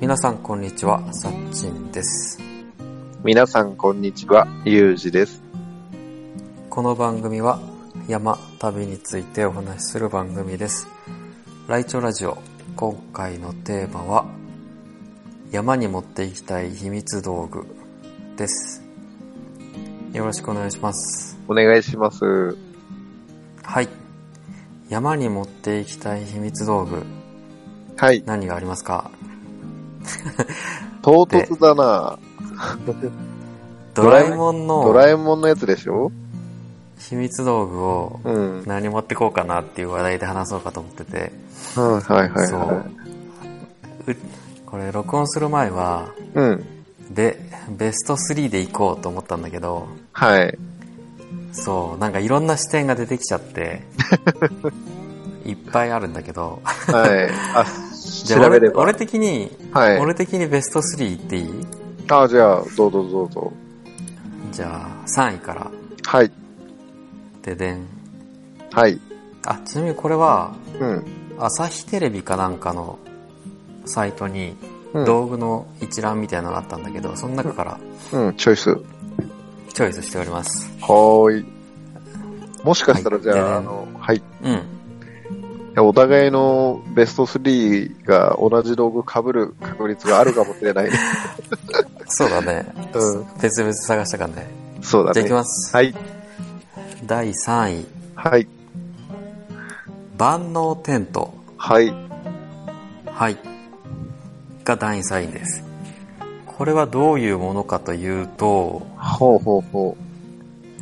皆さん、こんにちは。さっちんです。皆さん、こんにちは。ゆうじです。この番組は、山、旅についてお話しする番組です。ライチョラジオ、今回のテーマは、山に持っていきたい秘密道具です。よろしくお願いします。お願いします。はい。山に持っていきたい秘密道具、はい。何がありますか唐突だなドラえもんドラのえもんのやつでしょ秘密道具をうん。何持ってこうかなっていう話題で話そうかと思ってて、はいはいはい、そはう。うこれ録音する前は、い。うん。で、ベスト3で行こうと思ったんだけど、はい。そう、なんかいろんな視点が出てきちゃ って、いっぱいあるんだけど、はい。 あ、じゃあ調べ俺れば。俺的に、はい。俺的にベスト3行っていいあ、じゃあ、どうぞどうぞ。じゃあ3位から、はい。ででん。はい。あ、ちなみにこれは、うん。朝日テレビかなんかのサイトにうん道具の一覧みたいなのがあったんだけど、その中からうん、チョイス。はチョイスしております。ーい。もしかしたら、はいじゃでねあ、あの、はい。いうん。やお互いのベスト3が同じ道具被る確率があるかもしれ ない。そうだね。うん。別々探したからね。そうだじゃあね。行きます。はい。第3位。はい。万能テント。はい。はい。が第3位です。これはどういうものかというと、ほうほうほ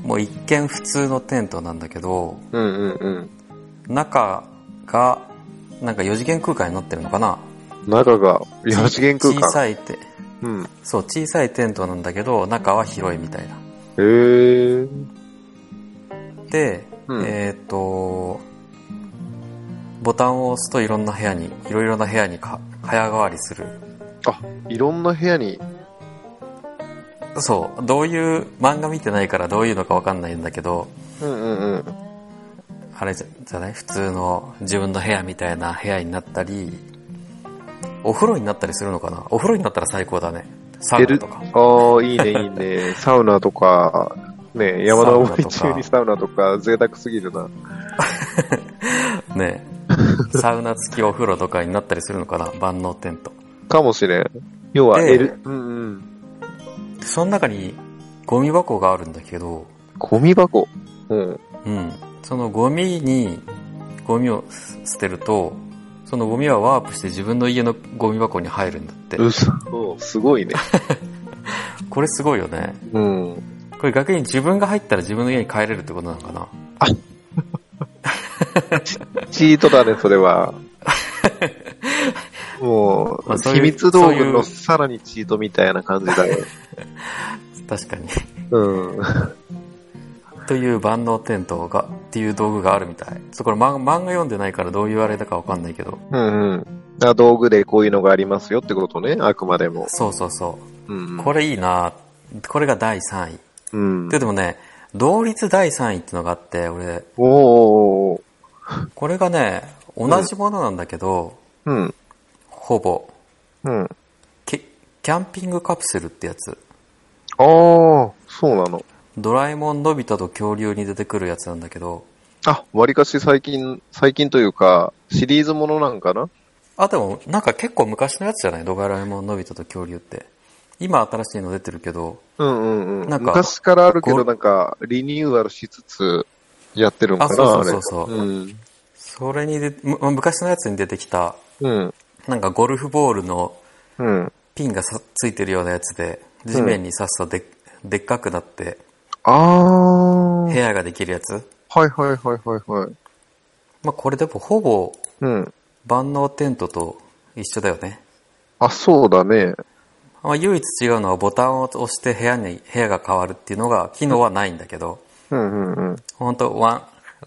もう一見普通のテントなんだけど、う。うんうんうん。中が、なんか4次元空間になってるのかな中が4次元空間。小さいて、うん。へそう、小さいテントなんだけど、中は広いみたいな。えー。で、うんえっ、と、ボタンを押すといろんな部屋に、いろいろな部屋にか早変わりする。あ、いろんな部屋に。そう、どういう、漫画見てないからどういうのかわかんないんだけど、うんうんうん。あれじゃじゃない普通の自分の部屋みたいな部屋になったり、お風呂になったりするのかなお風呂になったら最高だね。サウナとか。ああ、いいねいい ね。サウナとか、ね山のサウナ登とりか中にサウナとか、贅沢すぎるな。 ねサウナ付きお風呂とかになったりするのかな万能テント。かもしれん。要は、で L、うんうん。でその中にゴミ箱があるんだけど、ゴミ箱。うん。うん。そのゴミに、ゴミを捨てると、そのゴミはワープして自分の家のゴミ箱に入るんだって。うそ。すごいね。これすごいよね。うん。これ逆に自分が入ったら自分の家に帰れるってことなのかなチートだね、それ は。もまあう、そういう秘密道具そういうのさらにチートみたいな感じ だよ。確かに。うん。 という万能テントが、っていう道具があるみたい。ちょっとこれ漫漫画読んでないからどういうあれだかわかんないけど。うんうん。あ道具でこういうのがありますよってことね、あくまでも。そうそうそうん、う。これいいなこれが第3位。うん。で、でもね、同率第3位ってのがあって、俺、おーおーおーこれがね、同じものなんだけど、うん。ほぼ、うん。キキャンピングカプセルってやつああ、そうなの。ドラえもんのび太と恐竜に出てくるやつなんだけどあ、割かし最近、最近というか、シリーズものなんかなあでもなんか結構昔のやつじゃないドラえもんのび太と恐竜って今新しいの出てるけどうんうんうん。なんか昔からあるけゴど、ルなんか、リニューアルしつつ、やってるんかなあそうあそれうそうそううん。それにでむ昔のやつに出てきたうん。なんかゴルフボールのうん。ピンがさついてるようなやつで地面に刺すとで,、でっかくなってああ。は部い屋ができるやつ、はいはいはいはい。まあ、これでもほぼうん。万能テントと一緒だよねあ、そうだね。まあ、唯一違うのはボタンを押して部屋に、部屋が変わるっていうのが、機能はないんだけど、うんうんうん。本当ワ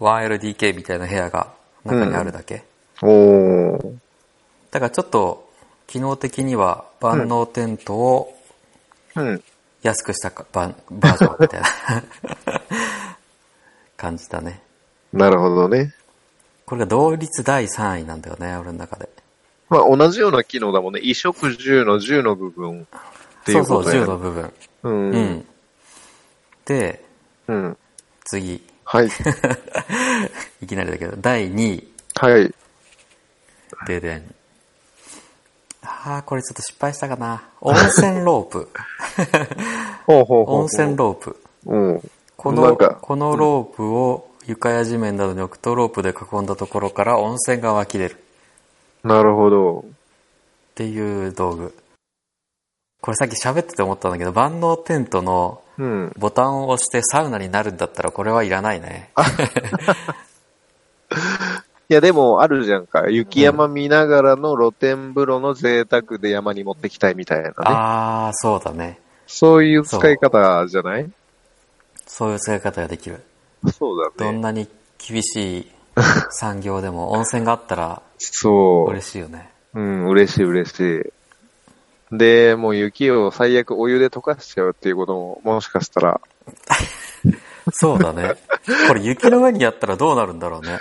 ン 1LDK みたいな部屋が中にあるだけ。おー。だからちょっと、機能的には万能テントをうん。安くしたか、ババージョンみたいな 感じだね。なるほどね。これが同率第3位なんだよね、俺の中で。あまあ同じような機能だもんね。衣食住の10の部分っていそううそこう、とや10ねの部分。うん。ううん。ん。で、うん。次。 はい。いきなりだけど、第2位。はい。ででん。ああ、これちょっと失敗したかな。温泉ロープ。ほうほうほうほう。温泉ロープ。うん。こなの、んかこのロープを床や地面などに置くとロープで囲んだところから温泉が湧き出るっなるほど。ていう道具。これさっき喋ってて思ったんだけど、万能テントのうん。ボタンを押してサウナになるんだったらこれはいらないね。いや、でも、あるじゃんか。雪山見ながらの露天風呂の贅沢で山に持ってきたいみたいなね。ああ、そうだね。そういう使い方じゃないそういう使い方ができる。そうだどんね。なに厳しい産業でも温泉があったらそう。嬉しいよね。うん、嬉しい嬉しい。で、もう雪を最悪お湯で溶かしちゃうっていうことも、もしかしたら、そうだね。これ雪の上にやったらどうなるんだろうね。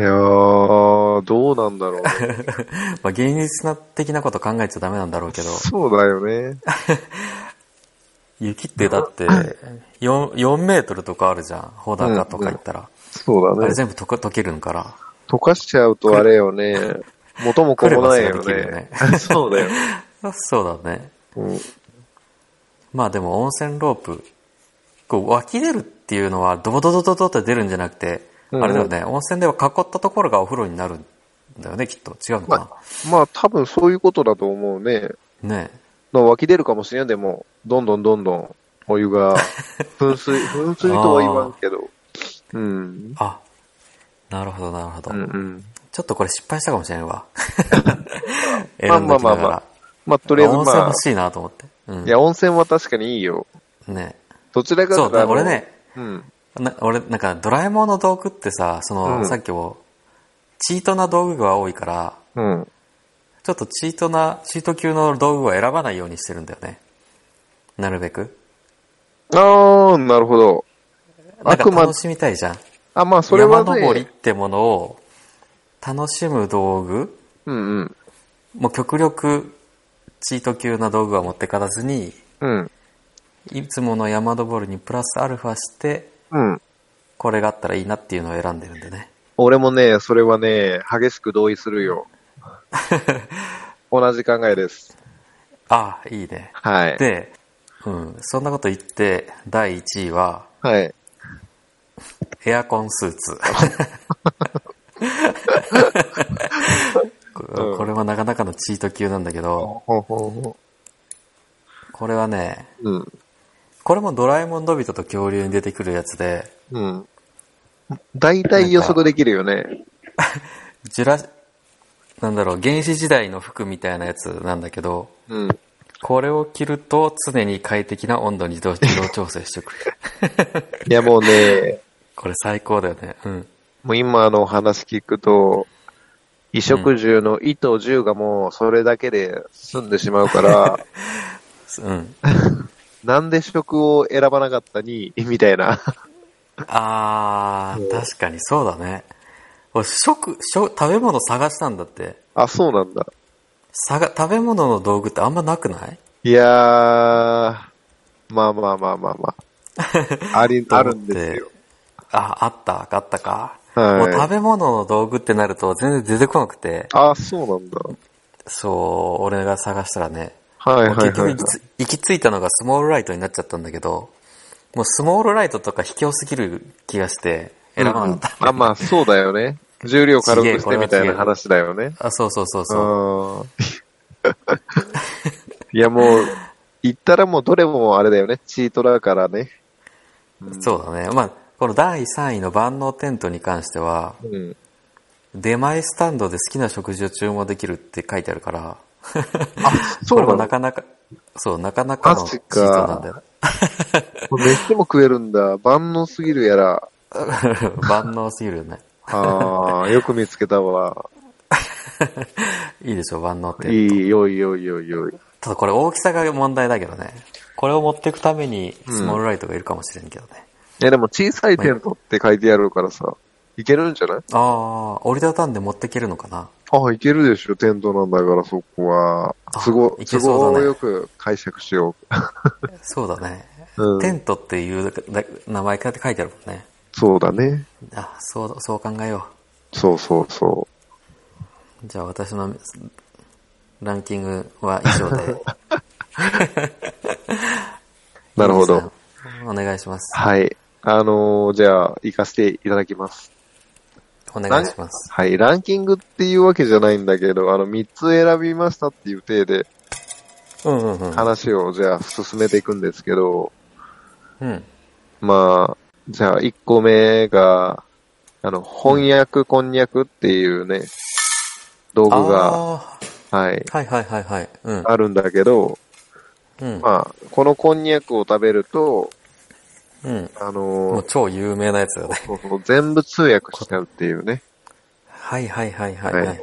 いやー、どうなんだろうね。まあ、現実な的なこと考えちゃダメなんだろうけど、そうだよね。雪ってだって4、4メートルとかあるじゃん。穂高とか行ったら。そうあだれね。全部とか溶けるんから。溶かしちゃうとあれよね。元も子もないよクレバスがねできる。そうだよ。そうだね。うんまあでも温泉ロープ、こう湧き出るっていうのはドボドドドドって出るんじゃなくて、うんあれだよね、温泉では囲ったところがお風呂になるんだよね、きっと。違うのかな、まあ多分そういうことだと思うね。ねえの湧き出るかもしれんでも、どんどんどんどんお湯が、噴水、噴水とは言わんけど。うん。あ、なるほどなるほど、うんうん。ちょっとこれ失敗したかもしれん わ。まあまあまあまあ。まあとりあえず温泉まあ欲、しいなと思って。うん。いや、温泉は確かにいいよ。ねどちらかといそうう、とだあからの俺。ね、うん。な俺、なんか、ドラえもんの道具ってさ、その、うんさっきも、チートな道具が多いから、うん。ちょっとチートな、チート級の道具は選ばないようにしてるんだよね。なるべく。あー、なるほど。なあんかくま楽、しみたいじゃん。あ、まあ、それは山登りっね、てものを、楽しむ道具うんうん。もう極力、チート級な道具は持ってかざずに、うん。いつもの山登りにプラスアルファして、うん。これがあったらいいなっていうのを選んでるんでね。俺もね、それはね、激しく同意する よ。同じ考えです。ああ、いいね。はい。で、うん、そんなこと言って、第1位は、はい。エアコンスー ツ。こうんこれはなかなかのチート級なんだけど、ほうほうほこれはね、う。うん。これもドラえもんのび太と恐竜に出てくるやつで、うん。大体予測できるよね。ジュラ、なんだろう、原始時代の服みたいなやつなんだけど、うん。これを着ると常に快適な温度に自動自動調整してくれ る。いや、もうね、これ最高だよね。うん。もう今のお話聞くと、衣食住の衣と住がもうそれだけで済んでしまうから、うん。なんで食を選ばなかったに、みたい な。あー、確かにそうだね。俺、食、食、食べ物探したんだって。あ、そうなんだ。探、食べ物の道具ってあんまなくないいやー、まあまあまあまあま あ。あり、とあ思っるてんですよ。あ、あった、あったか。はいもう食べ物の道具ってなると全然出てこなくて、あ、そうなんだ。そう、俺が探したらね、はいもうはい結は局い、行きつ行き着いたのがスモールライトになっちゃったんだけど、もうスモールライトとか卑怯すぎる気がして選ばなかった。うんあ、まあそうだよね。重量軽くしてみたいな話だよね。あ、そうそうそううそう。ん。いやもう、言ったらもうどれもあれだよね。チートだからね。そうだね。まあ、この第3位の万能テントに関しては、うん。出前スタンドで好きな食事を注文できるって書いてあるから、そこうれなもんだなかなか、そう、なかなかのマジチーかトなんだよ。 これ飯でも食えるんだ。万能すぎるやら。万能すぎるよね。ああ、よく見つけ たわ。いいでしょ、万能って。いい、よいよいよいよい。ただこれ大きさが問題だけどね。これを持っていくために、スモールライトがいるかもしれんけどね。え、でも小さいテントって書いてあるからさ、いけるんじゃないああ、折りたたんで持っていけるのかなあ、いけるでしょ、テントなんだから、そこは。あすご、いけすそうだねごよく解釈しよそうだね。う。うテん、ントっていうだ名前からって書いてあるもんね。 そうだね。あ、そう、そう考えよ。そうそうそうじゃあ私のランキングは以上で。う。 なるほど。。お願いします。はい。あのーじゃあ、行かせていただきます。お願いします。はい、ランキングっていうわけじゃないんだけど、あの、3つ選びましたっていう体でうんうんうん。話をじゃあ進めていくんですけど、うん。まあ、じゃあ1個目が、あの、翻訳こんにゃくっていうね、道具が、あはい、ーはいはいはいはい。うん。あるんだけど、うん。まあ、このこんにゃくを食べると、うん。あものう超有名なやつだね。そうそう全部通訳しちゃうっていうね。はいはいはいはいはい。はい、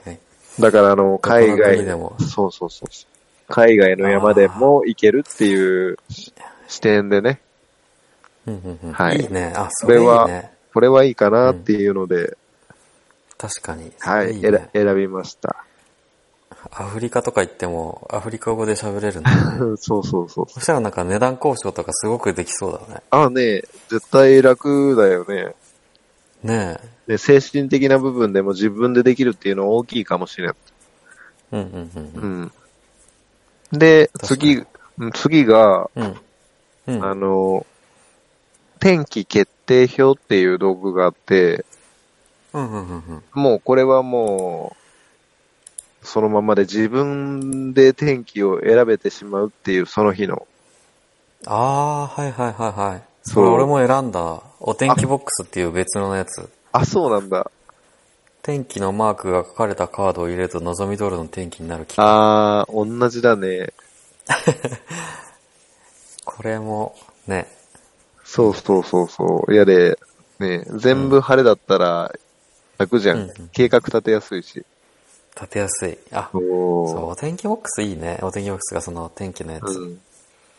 だから、あの、海どこの外国でもそうそうそうそう。海外の山でも行けるっていう視点でね、うんうんうん。はいいいね。あ、そこれれいいはね。これはいいかなっていうので、確かに。はい、いえらね。選びました。 アフリカとか行っても、アフリカ語で喋れるんだね。そうそうそう。そしたらなんか値段交渉とかすごくできそうだね。あね、絶対楽だよね。ねえ。で精神的な部分でも自分でできるっていうの大きいかもしれん。うんうんうんうん。で、確かに次、うん次が、うん。うん。うあん。の、天気決定表っていう道具があって、うんうんうんうん。もうこれはもう、そのままで自分で天気を選べてしまうっていう、その日の。ああー、はいはいはいはい。そそうれ俺も選んだ。お天気ボックスっていう別のやつ。あ、そうなんだ。天気のマークが書かれたカードを入れると望み通りの天気になる気があー、同じだね。これも、ね。そうそうそうそう。いやで、ね、全部晴れだったら楽じゃん。うんうん計画立てやすいし。立てやすい。あ、そう、そお天気ボックスいいね。お天気ボックスがその天気のやつ。ん。い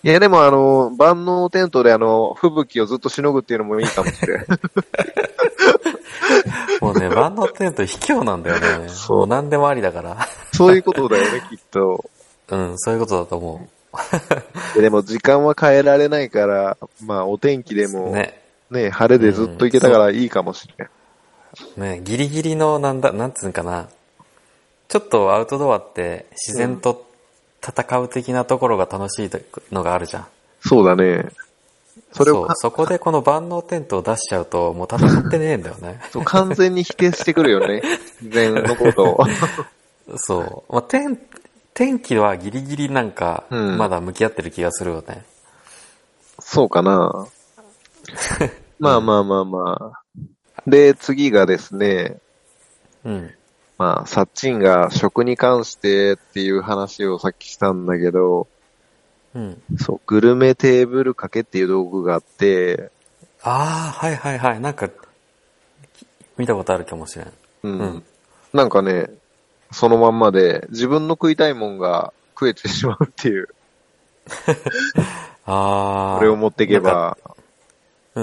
や、でもあの、万能テントであの、吹雪をずっとしのぐっていうのもいいかも しれん。もうね、万能テント卑怯なんだよね。 そうもう何でもありだから。そういうことだよね、きっ と。うん、そういうことだと思いやでも時間は変えられないから、まあお天気でう。も、ね。ね、晴れでずっと行けたからいいかもしれん。ね、ギリギリの、なんだ、なんつうんかな。ちょっとアウトドアって自然と戦う的なところが楽しいのがあるじゃん。そうだね。それをうかそこでこの万能テントを出しちゃうと、もう戦ってねえんだよ ね。そう完全に否定してくるよ ね。自然のことを。そう。まあ、天、天気はギリギリなんか、うんまだ向き合ってる気がするよね。そうか な。まあまあまあまあ。で、次がですね、うん。まあ、サッチンが食に関してっていう話をさっきしたんだけど、うん。そう、グルメテーブル掛けっていう道具があって、ああ、はいはいはい。なんか、き見たことあるかもしれん。うん。うんなんかね、そのまんまで自分の食いたいもんが食えてしまうっていう、ああ。これを持っていけなんか。ば、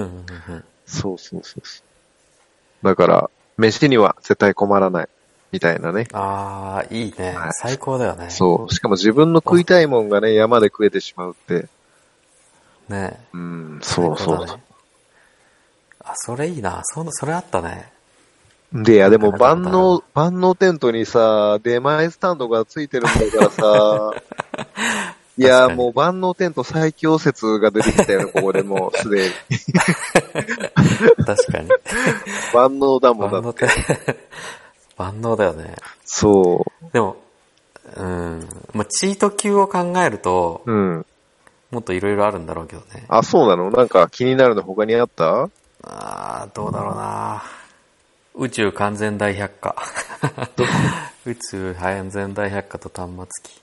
うんうんうんうん。そうそうそうそう。だから、飯には絶対困らない、みたいなね。ああ、いいねは。い最高だよね。そう。しかも自分の食いたいもんがね、山で食えてしまうって。う。ねうん、そうそうだね。あ、それいいな。その、それあった ね。で、いや、でもなかなか万能、万能テントにさ、出前スタンドがついてるんだか らさ、いや、確かにもう万能テント最強説が出てきたよね、ここでもう、 すでに。確かに。万能だもんだ万能っって て。、万能だよね。そでも、うん。まあ、チート級を考えると、う。うん。もっといろいろあるんだろうけどね。あ、そうなのなんか気になるの他にあったあー、どうだろうな宇宙完全大百科。 宇宙完全大百科と端末機。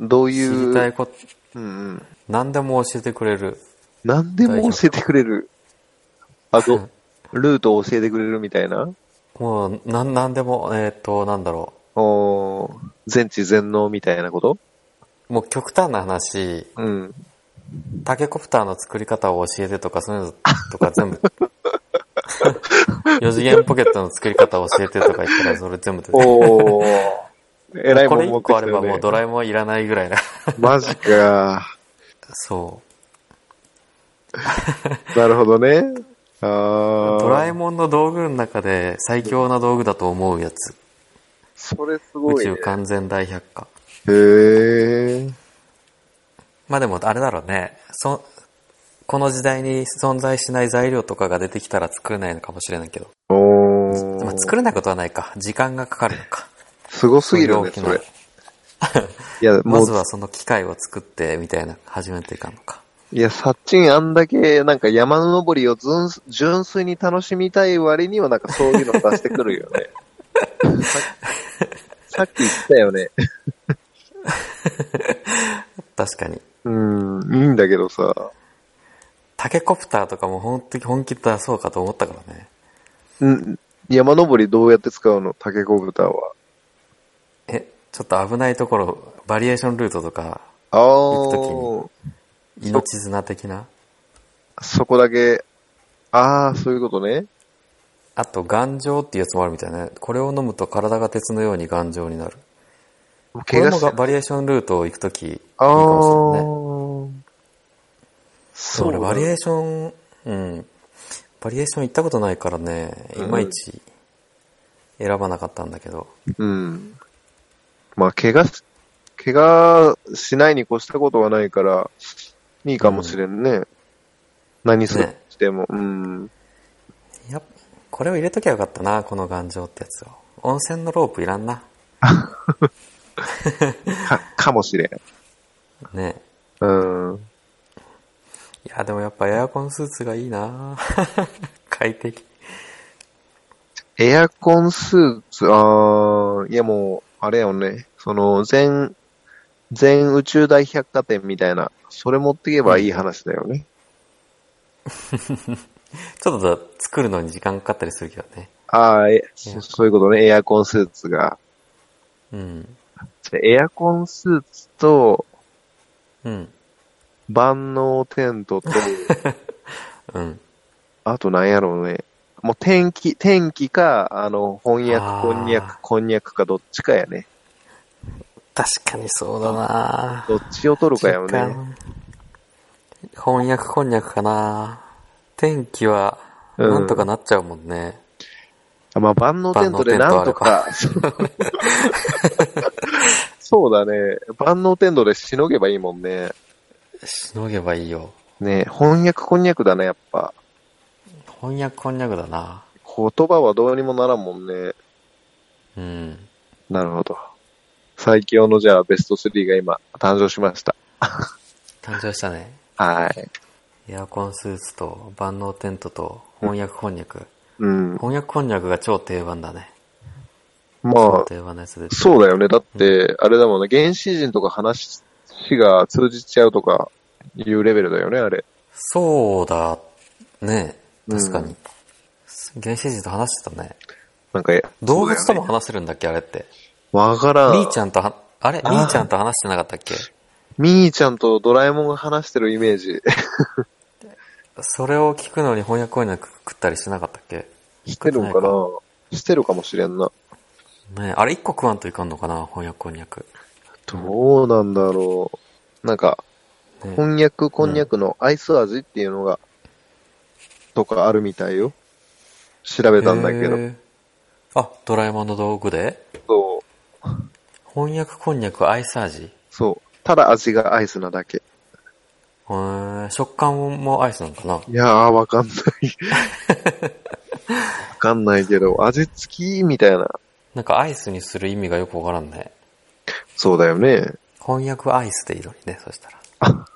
どうい、知りたいうこと、うんうん。何でも教えてくれる。何でも教えてくれる。あと、ルートを教えてくれるみたいなもう、なん、なんでも、えっ、と、なんだろおー全知全能みたいなことう。もう極端な話、うん。 タケコプターの作り方を教えてとか、そういうのとか全部、 4次元ポケットの作り方を教えてとか言ったら、それ全部出てくるおお。 えらいこもれん1持って個あきたれよばねもうドラえもんはいらないぐ らいな。マジか。そう。なるほどね。ああ。ドラえもんの道具の中で最強な道具だと思うやつ。それすご宇い、宙。ね完全大百科。へえ。まあでもあれだろうね。そ、この時代に存在しない材料とかが出てきたら作れないのかもしれないけど。おまあー。作れないことはないか。時間がかかるのか。すごすぎるね、そその容れ器。いや、まもうず、はその機械を作ってみたいな、始めていかんのか。いや、サッチンあんだけ、なんか山登りをずん純粋に楽しみたい割には、なんかそういうの出してくるよ ね。さっきさっき言ったよね。確かに。うん、いいんだけどさ。タケコプターとかも本当に本気で出そうかと思ったからね。うん、山登りどうやって使うのタケコブタは。え、ちょっと危ないところ、バリエーションルートとか、あ行あ、命綱的な。そこだけ、ああ、そういうことね。あと、頑丈っていうやつもあるみたいね。これを飲むと体が鉄のように頑丈になる。こ怪れ我もしがあバリエーションルートを行くとき、いいかあもしれないね。ー、そ、そうう俺だバリエーション、うん。バリエーション行ったことないからね、いまいち選ばなかったんだけど。うん。まあ、怪我し、怪我しないに越したことはないから、いいかもしれんね。何するにねしても、うん。やっこれを入れときゃよかったな、この頑丈ってやつを。温泉のロープいらんな。か、かもしれん。ねうん。いや、でもやっぱエアコンスーツがいいな 快適。エアコンスーツ、ああ、いやもう、あれやもんね。その、全、全宇宙大百貨店みたいな、それ持ってけばいい話だよね。ちょっと作るのに時間かかったりするけどね。ああ、え、そそういうことね。エアコンスーツが。うん。じゃエアコンスーツと、うん。万能テントと、 うん。あとなんやろうね。もう天気、天気か、あの、翻あー訳、こんにゃく、こんにゃくかどっちかやね。確かにそうだなどっちを取るかやもんそね。っか翻訳こんにゃくかな天気は、うんなんとかなっちゃうもんね。あまあ、万能テントでなんとか。 そうだね。万能テントでしのげばいいもんね。しのげばいいよ。ね翻訳、こんにゃくだね、やっぱ。翻訳こんにゃくだな言葉はどうにもならんもんね。うん。なるほど。最強のじゃあベスト3が今誕生しました。誕生したね。はい。エアコンスーツと万能テントと翻訳こんにゃく。うん。翻訳こんにゃくが超定番だね。まあ、定番のやつで。そうだよね。だって、あれだもんね、原始人とか話が通じちゃうとかいうレベルだよね、あれ。そうだ、ねうん確かに。原始人と話してたね。なんか、動物ともそうだよね話せるんだっけあれって。わからん。みーちゃんとは、あれみあーーちゃんと話してなかったっけみーちゃんとドラえもんが話してるイメージ。それを聞くのに翻訳音楽食ったりしてなかったっけしてるんかなしてるかもしれんな。ねあれ一個食わんといかんのかな翻訳こんにゃく。どうなんだろう。なんか、ねこんにゃくこんにゃくのアイス味っていうのが、とかあるみたいよ。調べたんだけへど。ーあ、ドラえもんの道具でそう。翻訳こんにゃくアイス味へそう。ただ味がアイスなだけ。ー食感もアイスなのかないやー、わかんない。わかんないけど、味付きみたいな。なんかアイスにする意味がよくわからんね。そうだよね。翻訳アイスでいいのにね、そしたら。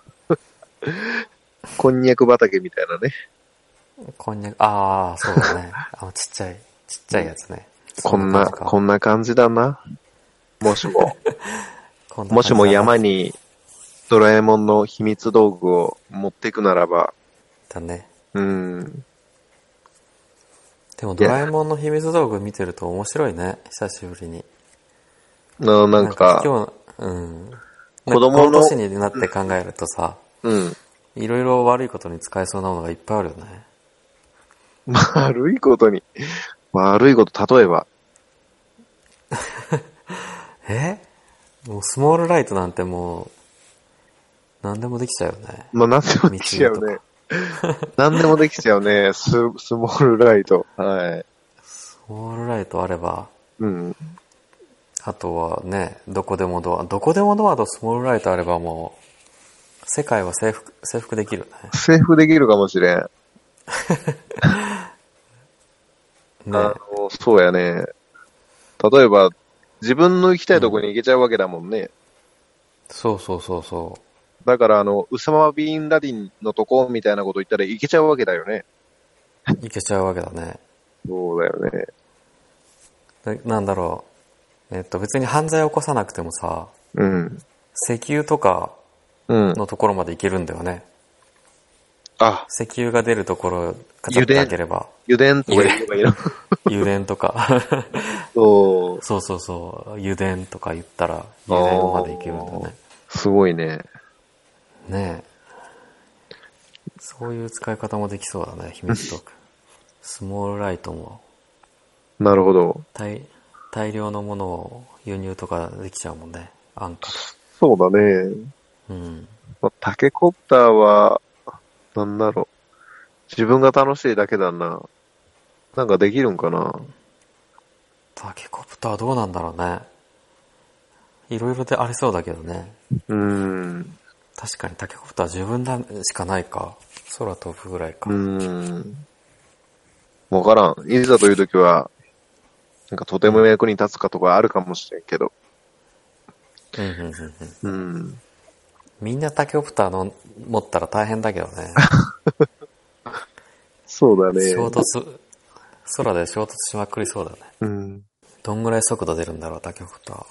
こんにゃく畑みたいなね。こんにゃく、ああ、そう だね。あの、ちっちゃい、ちっちゃいやつね。こんな、そこんんな感じだな。もしも、こんな感じだなもしも山。にドラえもんの秘密道具を持っていくならば、だね。うん。でもドラえもんの秘密道具見てると面白いね。久しぶりに。ななんか、今日、うん。子な供のんかこの年になって考えるとさ、うん。いろいろ悪いことに使えそうなものがいっぱいあるよね。悪いことに。悪いこと、例えば。えもうスモールライトなんてもう、何でもできちゃうよね。まあ、何でもできちゃうね。何でもできちゃうね。ス、スモールライト。はい。スモールライトあれば、うん。あとはね、どこでもドア、どこでもドアとスモールライトあればもう、世界は征服、征服できるね。セーフできるかもしれん。ねあの、そうやね。例えば、自分の行きたいとこに行けちゃうわけだもんね。そうそうそうそだから、あの、ウサマ・ビン・ラディンのとこみたいなこと言ったら行けちゃうわけだよね。う。いけちゃうわけだね。そうだよね。でなんだろう。えっと、別に犯罪を起こさなくてもさ、うん。石油とかうん。のところまで行けるんだよね。あ、石油が出るところ、カチャッと開ければ、油田とか言えばいいの油田とか、 そう。そうそうそう、油田とか言ったら、油田まで行けるんだよね。すごいね。ねえ。そういう使い方もできそうだね、秘密 道具。スモールライトも、なるほど。大、大量のものを輸入とかできちゃうもんね、安価そうだね。と。うん。まあタケコプターは、なんだろう。自分が楽しいだけだな。なんかできるんかな。タケコプターどうなんだろうね。いろいろでありそうだけどね。うーん。確かにタケコプター自分だしかないか。空飛ぶぐらいか。うーん。わからん。いざという時は、なんかとても役に立つかとかあるかもしれんけど。うんうんうんうん。うん。みんなタケコプターの持ったら大変だけど ね。そうだね。衝突、空で衝突しまくりそうだね。うん。どんぐらい速度出るんだろう、タケコプター。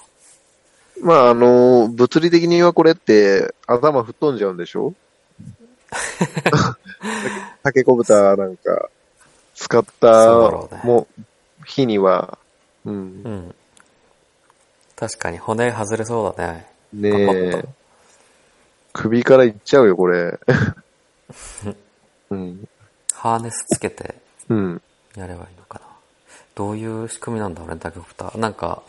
まあ、あの、物理的にはこれって頭吹っ飛んじゃうんでし ょタケコブタなんか使っそうだたろうねもう日には、うんう、ん。確かに骨外れそうだね。ねパパッえと、首からいっちゃうよ、これ。うん。ハーネスつけてうん。やればいいのかな。どういう仕組みなんだろうね、タケコプター。なんか、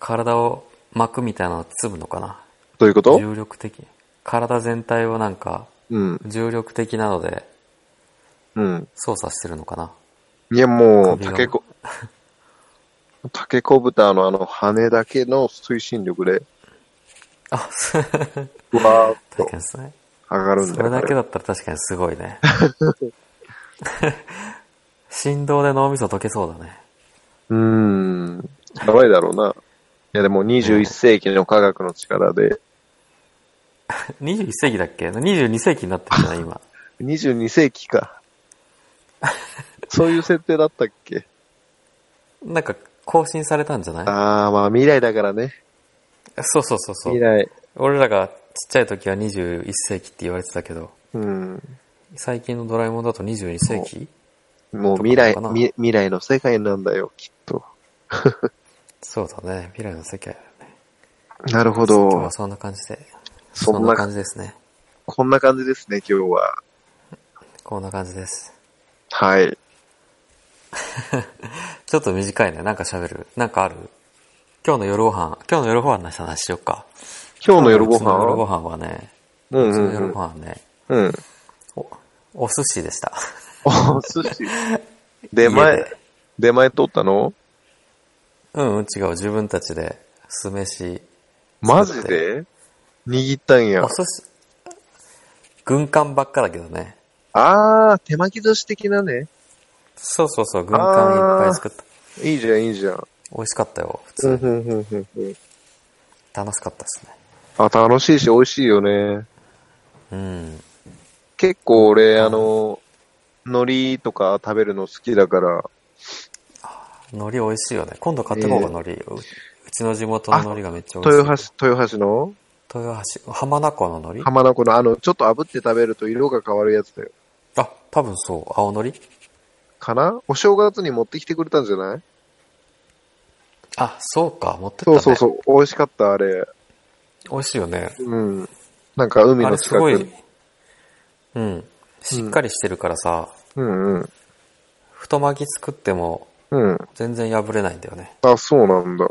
体を巻くみたいなの包むのかな。どういうこと重力的。体全体をなんか、うん。重力的なのでうん。操作してるのかな。いや、もう、首がタケコ、タケコブタのあの羽だけの推進力で、 あ、そうふわーっ確とかにそれ。上がるんそだよれだあけれだったら確かにすごいね。 振動で脳みそ溶けそうだね。うーん。やばいだろうな。いや、でも21世紀の科学の力で、 21世紀だっけ ?22 世紀になってるじゃない今。 22世紀か。 そういう設定だったっけなんか更新されたんじゃない あー、まあ未来だからね。そうそうそうそ未う。来。俺らがちっちゃい時は21世紀って言われてたけど、うん。最近のドラえもんだと22世紀もう未来とかなのかなみ、未来の世界なんだよ、きっと。そうだね。未来の世界だね。なるほ今日どは。そんな感じで。そんなそんな感じですね。こんな感じですね、今日は。こんな感じです。はい。ちょっと短いね。なんか喋る。なんかある今日の夜ご飯、今日の夜ご飯の話しよっか。今日の夜ごうちの夜ご飯飯はね、ううんちうのんう夜んご。飯ね、うん。お、お寿司でした。 お寿司。 出家前で、出前取ったのうん、うん違う。自分たちで酢飯マジで握ったんやお。寿司、軍艦ばっかだけどね。あー、手巻き寿司的なね。そうそうそう、軍艦いっぱい作った。いいじゃん、いいじゃん。美味しかったよ、普うん、通うに。ん、うん、うんうん。楽しかったですね。あ、楽しいし、美味しいよね。うん。結構俺、あの、海苔とか食べるの好きだから、海苔美味しいよね。今度買ってこうか、海苔。ううちの地元の海苔がめっちゃ美味しい。豊橋、豊橋の橋。豊橋。浜名湖の海苔浜名湖のあの、ちょっと炙って食べると色が変わるやつだよ。あ、多分そう、青海苔かなお正月に持ってきてくれたんじゃないあ、そうか、持ってったそうね。そうそう、美味しかった、あれ。美味しいよね。うん。なんか海あのれす近ごくにい。、うん。しっかりしてるからさ、うんうん。太巻き作ってもうん。全然破れないんだよね。あ、そうなんだ。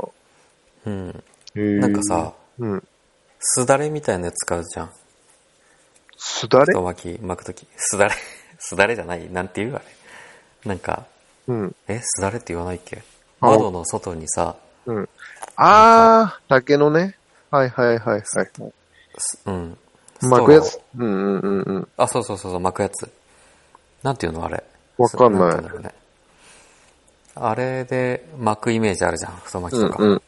うん。へーなんかさ、うん。すだれみたいなやつ使うじゃん。すだれ太巻き巻くとき。すだれ すだれじゃないなんて言うあれ。なんか、うん。え、すだれって言わないっけあ窓の外にさ、うん。あー、竹のね。はいはいはいはい。すうん。巻くやスつトロー。うんうんうんうん。あ、そうそうそうそう、巻くやつ。なんていうのあれ。わかんないてうんだろうねあれで巻くイメージあるじゃん、太巻きうとんか。うん。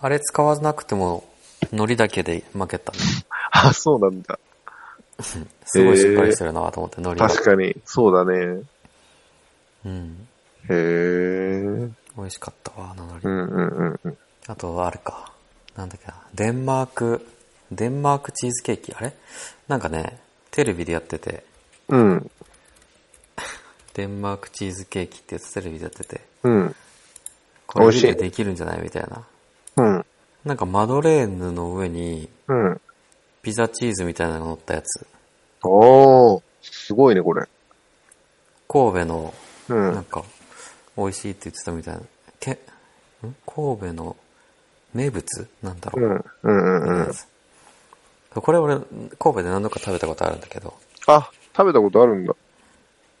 あれ使わなくても、海苔だけで巻けたね。あ、そうなんだ。すごいしっかりしてるなと思って、海苔が。確かに。そうだね。うん。へー。美味しかったわ、あの海う苔。んうんうんうん。あと、あれか。なんだっけな。デンマーク、デンマークチーズケーキあれなんかね、テレビでやってて、うん。デンマークチーズケーキってやつテレビでやってて、うん。これ美味しい家でできるんじゃないみたいな。うん。なんかマドレーヌの上に、うん。ピザチーズみたいなのが乗ったやつ。おー。すごいね、これ。神戸の、うなんん。か、美味しいって言ってたみたいな。け、ん神戸の名物なんだうろう。ん。うんうんうん。これ俺、神戸で何度か食べたことあるんだけど。あ、食べたことあるんだ。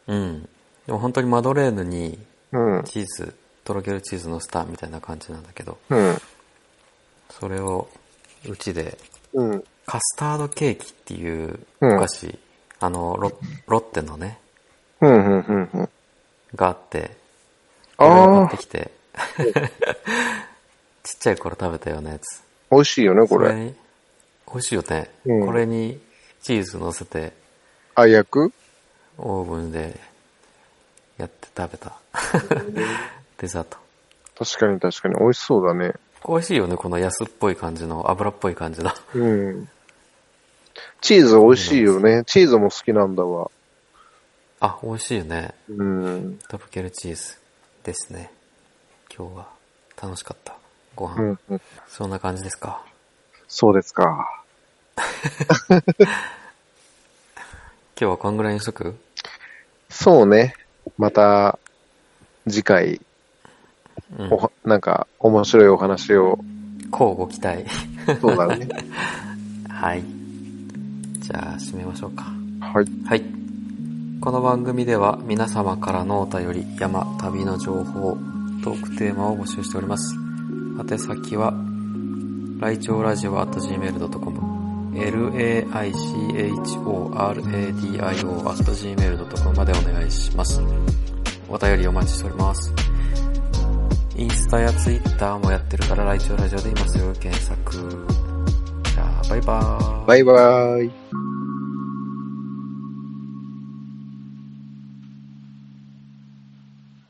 うん。でも本当にマドレーヌにうん。チーズ、とろけるチーズのスターみたいな感じなんだけど、うん。それを、うちで、うん。カスタードケーキっていううんお菓子、あの、ロロッテのね、うんうんうんうん。があって、これをあ買ってー、きて、 ちっちゃい頃食べたようなやつ。美味しいよね、これ。に、美味しいよね。うんこれにチーズ乗せて、あ、焼くオーブンでやって食べた。 デザート。確かに確かに。美味しそうだね。美味しいよね、この安っぽい感じの、油っぽい感じの。 うん。チーズ美味しいよね。チーズも好きなんだわ。あ、美味しいよね。うん。とろけるチーズですね。今日は楽しかった。ごう飯。ん、うん。そんな感じですか。そうですか。今日はこんぐらいにしとくそうね。また、次回、うんおは、なんか、面白いお話を。こうご期待。 そうだね。はい。じゃあ、締めましょうか。はい。はい。この番組では皆様からのお便り、山、旅の情報、トークテーマを募集しております。宛先は、来庁ラジオ at gmail.com、laichoradio at gmail.com までお願いします。お便りお待ちしております。インスタやツイッターもやってるから、来庁ラジオで今すぐ検索。じゃあ、バイバーイ。バイバーイ。